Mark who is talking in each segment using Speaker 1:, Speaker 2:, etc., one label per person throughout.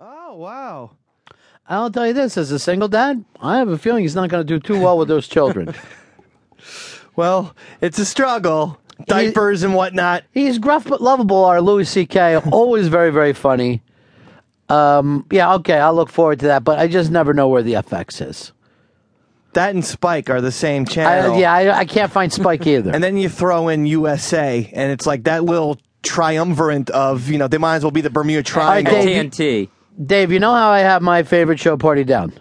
Speaker 1: Oh wow.
Speaker 2: I'll tell you this: as a single dad, I have a feeling he's not going to do too well with those children.
Speaker 1: Well, it's a struggle. Diapers and whatnot.
Speaker 2: he's gruff but lovable. Our Louis C.K. always very very funny. Um, yeah, okay, I'll look forward to that. But I just never know where the FX is.
Speaker 1: That and Spike are the same channel.
Speaker 2: I, yeah, I, I can't find Spike either.
Speaker 1: And then you throw in USA, and it's like that little triumvirate of you know they might as well be the Bermuda Triangle.
Speaker 2: Dave,
Speaker 3: TNT.
Speaker 2: Dave, you know how I have my favorite show party down,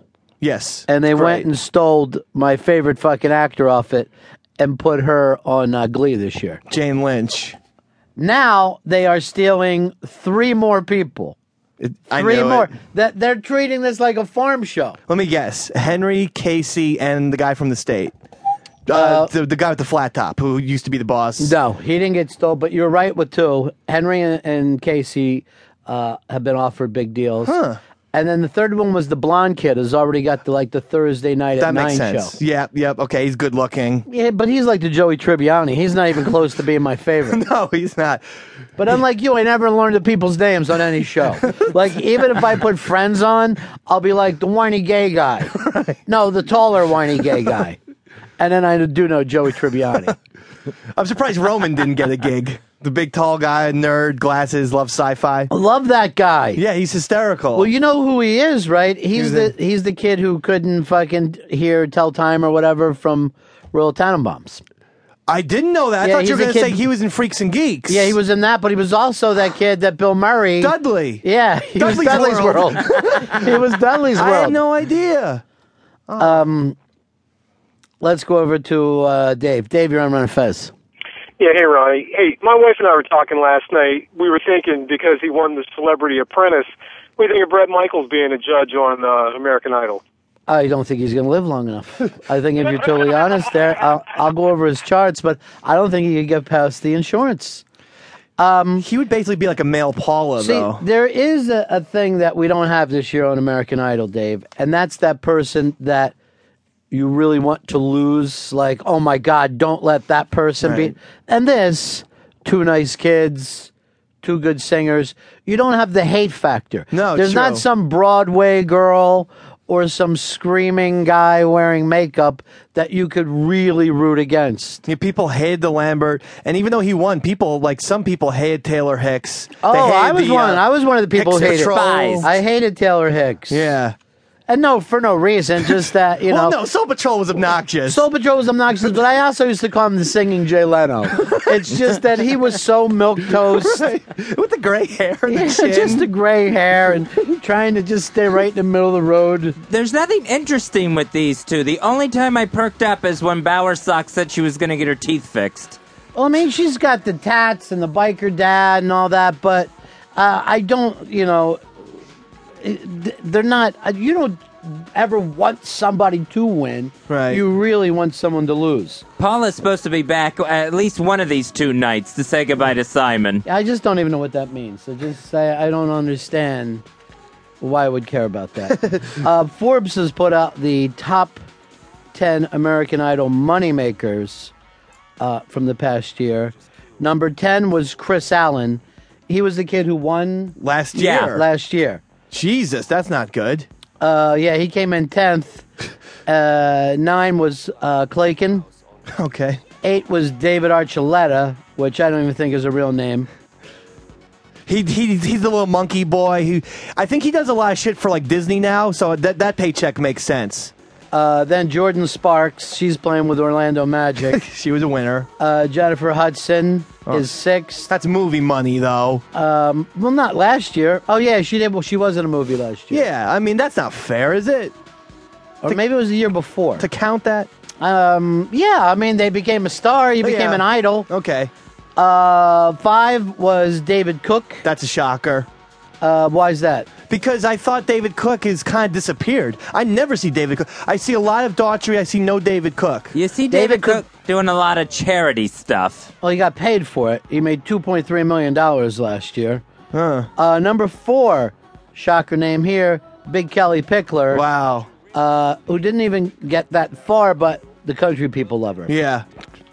Speaker 1: Yes,
Speaker 2: and they
Speaker 1: Right.
Speaker 2: went and stole my favorite fucking actor off it and put her on uh, Glee this year.
Speaker 1: Jane Lynch.
Speaker 2: Now they are stealing three more people.
Speaker 1: It- I
Speaker 2: Three
Speaker 1: knew it.
Speaker 2: more. That they're treating this like a farm show.
Speaker 1: Let me guess: Henry, Casey, and the guy from the state. Uh,
Speaker 2: Uh,
Speaker 1: the, the guy with the flat top who used to be the boss.
Speaker 2: No, he didn't get stole, but you're right with two. Henry and, and Casey uh, have been offered big deals.
Speaker 1: Huh.
Speaker 2: And then the third one was the blonde kid who's already got the like the Thursday night
Speaker 1: that
Speaker 2: at
Speaker 1: makes
Speaker 2: nine
Speaker 1: sense.
Speaker 2: show.
Speaker 1: Yep, yep. Okay, he's good looking.
Speaker 2: Yeah, but he's like the Joey Tribbiani. He's not even close to being my favorite.
Speaker 1: No, he's not.
Speaker 2: But unlike you, I never learned the people's names on any show. like even if I put friends on, I'll be like the whiny gay guy. No, the taller whiny gay guy. and then I do know Joey Tribbiani.
Speaker 1: I'm surprised Roman didn't get a gig. The big tall guy, nerd, glasses, love sci-fi.
Speaker 2: Love that guy.
Speaker 1: Yeah, he's hysterical.
Speaker 2: Well, you know who he is, right?
Speaker 1: Who's
Speaker 2: He's the
Speaker 1: that?
Speaker 2: he's the kid who couldn't fucking hear tell time or whatever from Royal Tannenbaums.
Speaker 1: I didn't know that. I
Speaker 2: Yeah,
Speaker 1: thought you were
Speaker 2: he's
Speaker 1: going to
Speaker 2: a kid-
Speaker 1: say he was in Freaks and Geeks.
Speaker 2: Yeah, he was in that, but he was also that kid that Bill Murray.
Speaker 1: Dudley.
Speaker 2: Yeah, he was
Speaker 1: Dudley's
Speaker 2: Dudley's
Speaker 1: World.
Speaker 2: world. he was Dudley's world.
Speaker 1: I had no idea.
Speaker 2: Let's go over to uh, Dave. Dave, you're on Run and Fez.
Speaker 4: Yeah, hey Ronnie. Hey, my wife and I were talking last night. We were thinking because he won the Celebrity Apprentice, we think of Brett Michaels being a judge on uh, American Idol.
Speaker 2: I don't think he's going to live long enough. I think if you're totally honest there, I'll, I'll go over his charts, but I don't think he could get past the insurance.
Speaker 1: He would basically be like a male Paula,
Speaker 2: See,
Speaker 1: though.
Speaker 2: there is a, a thing that we don't have this year on American Idol, Dave, and that's that person that you really want to lose. Like, oh my God, don't let that person
Speaker 1: Right.
Speaker 2: be. And this, two nice kids, two good singers. You don't have the hate factor.
Speaker 1: No,
Speaker 2: there's
Speaker 1: true.
Speaker 2: not some Broadway girl or some screaming guy wearing makeup that you could really root against.
Speaker 1: Yeah, people hated the Lambert, and even though he won, people like some people hated Taylor Hicks. They
Speaker 2: Oh, I
Speaker 1: hated
Speaker 2: was
Speaker 1: the,
Speaker 2: one.
Speaker 1: uh,
Speaker 2: I was one of the people who
Speaker 1: Hicks
Speaker 2: hated.
Speaker 1: Patrol.
Speaker 3: Despised.
Speaker 2: I hated Taylor Hicks.
Speaker 1: Yeah.
Speaker 2: And no, for no reason, just that, you
Speaker 1: well,
Speaker 2: know.
Speaker 1: no, Soul Patrol was obnoxious.
Speaker 2: Soul Patrol was obnoxious, but I also used to call him the singing Jay Leno. It's just that he was so milquetoast.
Speaker 1: with the gray hair and the chin.
Speaker 2: just the gray hair and trying to just stay right in the middle of the road.
Speaker 3: There's nothing interesting with these two. The only time I perked up is when Bowersock said she was going to get her teeth fixed.
Speaker 2: Well, I mean, she's got the tats and the biker dad and all that, but uh, I don't, you know, th- they're not, uh, you don't ever want somebody to win.
Speaker 1: Right.
Speaker 2: You really want someone to lose.
Speaker 3: Paula's supposed to be back uh, at least one of these two nights to say goodbye to Simon.
Speaker 2: I just don't even know what that means. So just say I don't understand why I would care about that. uh, Forbes has put out the top ten American Idol moneymakers uh, from the past year. Number ten was Chris Allen. He was the kid who won
Speaker 1: last
Speaker 3: Yeah,
Speaker 1: year.
Speaker 2: last year.
Speaker 1: Jesus, that's not good.
Speaker 2: Uh, yeah, he came in tenth. Uh, nine was uh, Clayton.
Speaker 1: Okay,
Speaker 2: Eight was David Archuleta, which I don't even think is a real name.
Speaker 1: he, he he's the little monkey boy. Who I think he does a lot of shit for like Disney now, so that that paycheck makes sense.
Speaker 2: Uh, then Jordan Sparks, she's playing with Orlando Magic.
Speaker 1: She was a winner.
Speaker 2: Uh, Jennifer Hudson
Speaker 1: Oh.
Speaker 2: is sixth.
Speaker 1: That's movie money, though.
Speaker 2: Well, not last year. Oh yeah, she did. Well, she was in a movie last year.
Speaker 1: yeah, I mean that's not fair, is it?
Speaker 2: or maybe it was the year before.
Speaker 1: To count that?
Speaker 2: Um, yeah, I mean they became a star. He became
Speaker 1: Oh, Yeah.
Speaker 2: an idol.
Speaker 1: Okay,
Speaker 2: Uh, five was David Cook.
Speaker 1: that's a shocker.
Speaker 2: Uh, why is that?
Speaker 1: Because I thought David Cook has kind of disappeared. I never see David Cook. I see a lot of Daughtry. I see no David Cook.
Speaker 3: You see
Speaker 2: David
Speaker 3: David,
Speaker 2: could-
Speaker 3: Cook doing a lot of charity stuff.
Speaker 2: Well, he got paid for it. He made two point three million dollars last year. Uh, number four, shocker name here, Big Kelly Pickler,
Speaker 1: Wow.
Speaker 2: uh, who didn't even get that far, but the country people love her.
Speaker 1: Yeah.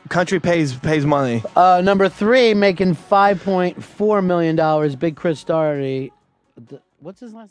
Speaker 1: Country pays pays money.
Speaker 2: Uh, number three, making five point four million dollars. Big Chris Doherty. Th- What's his last name?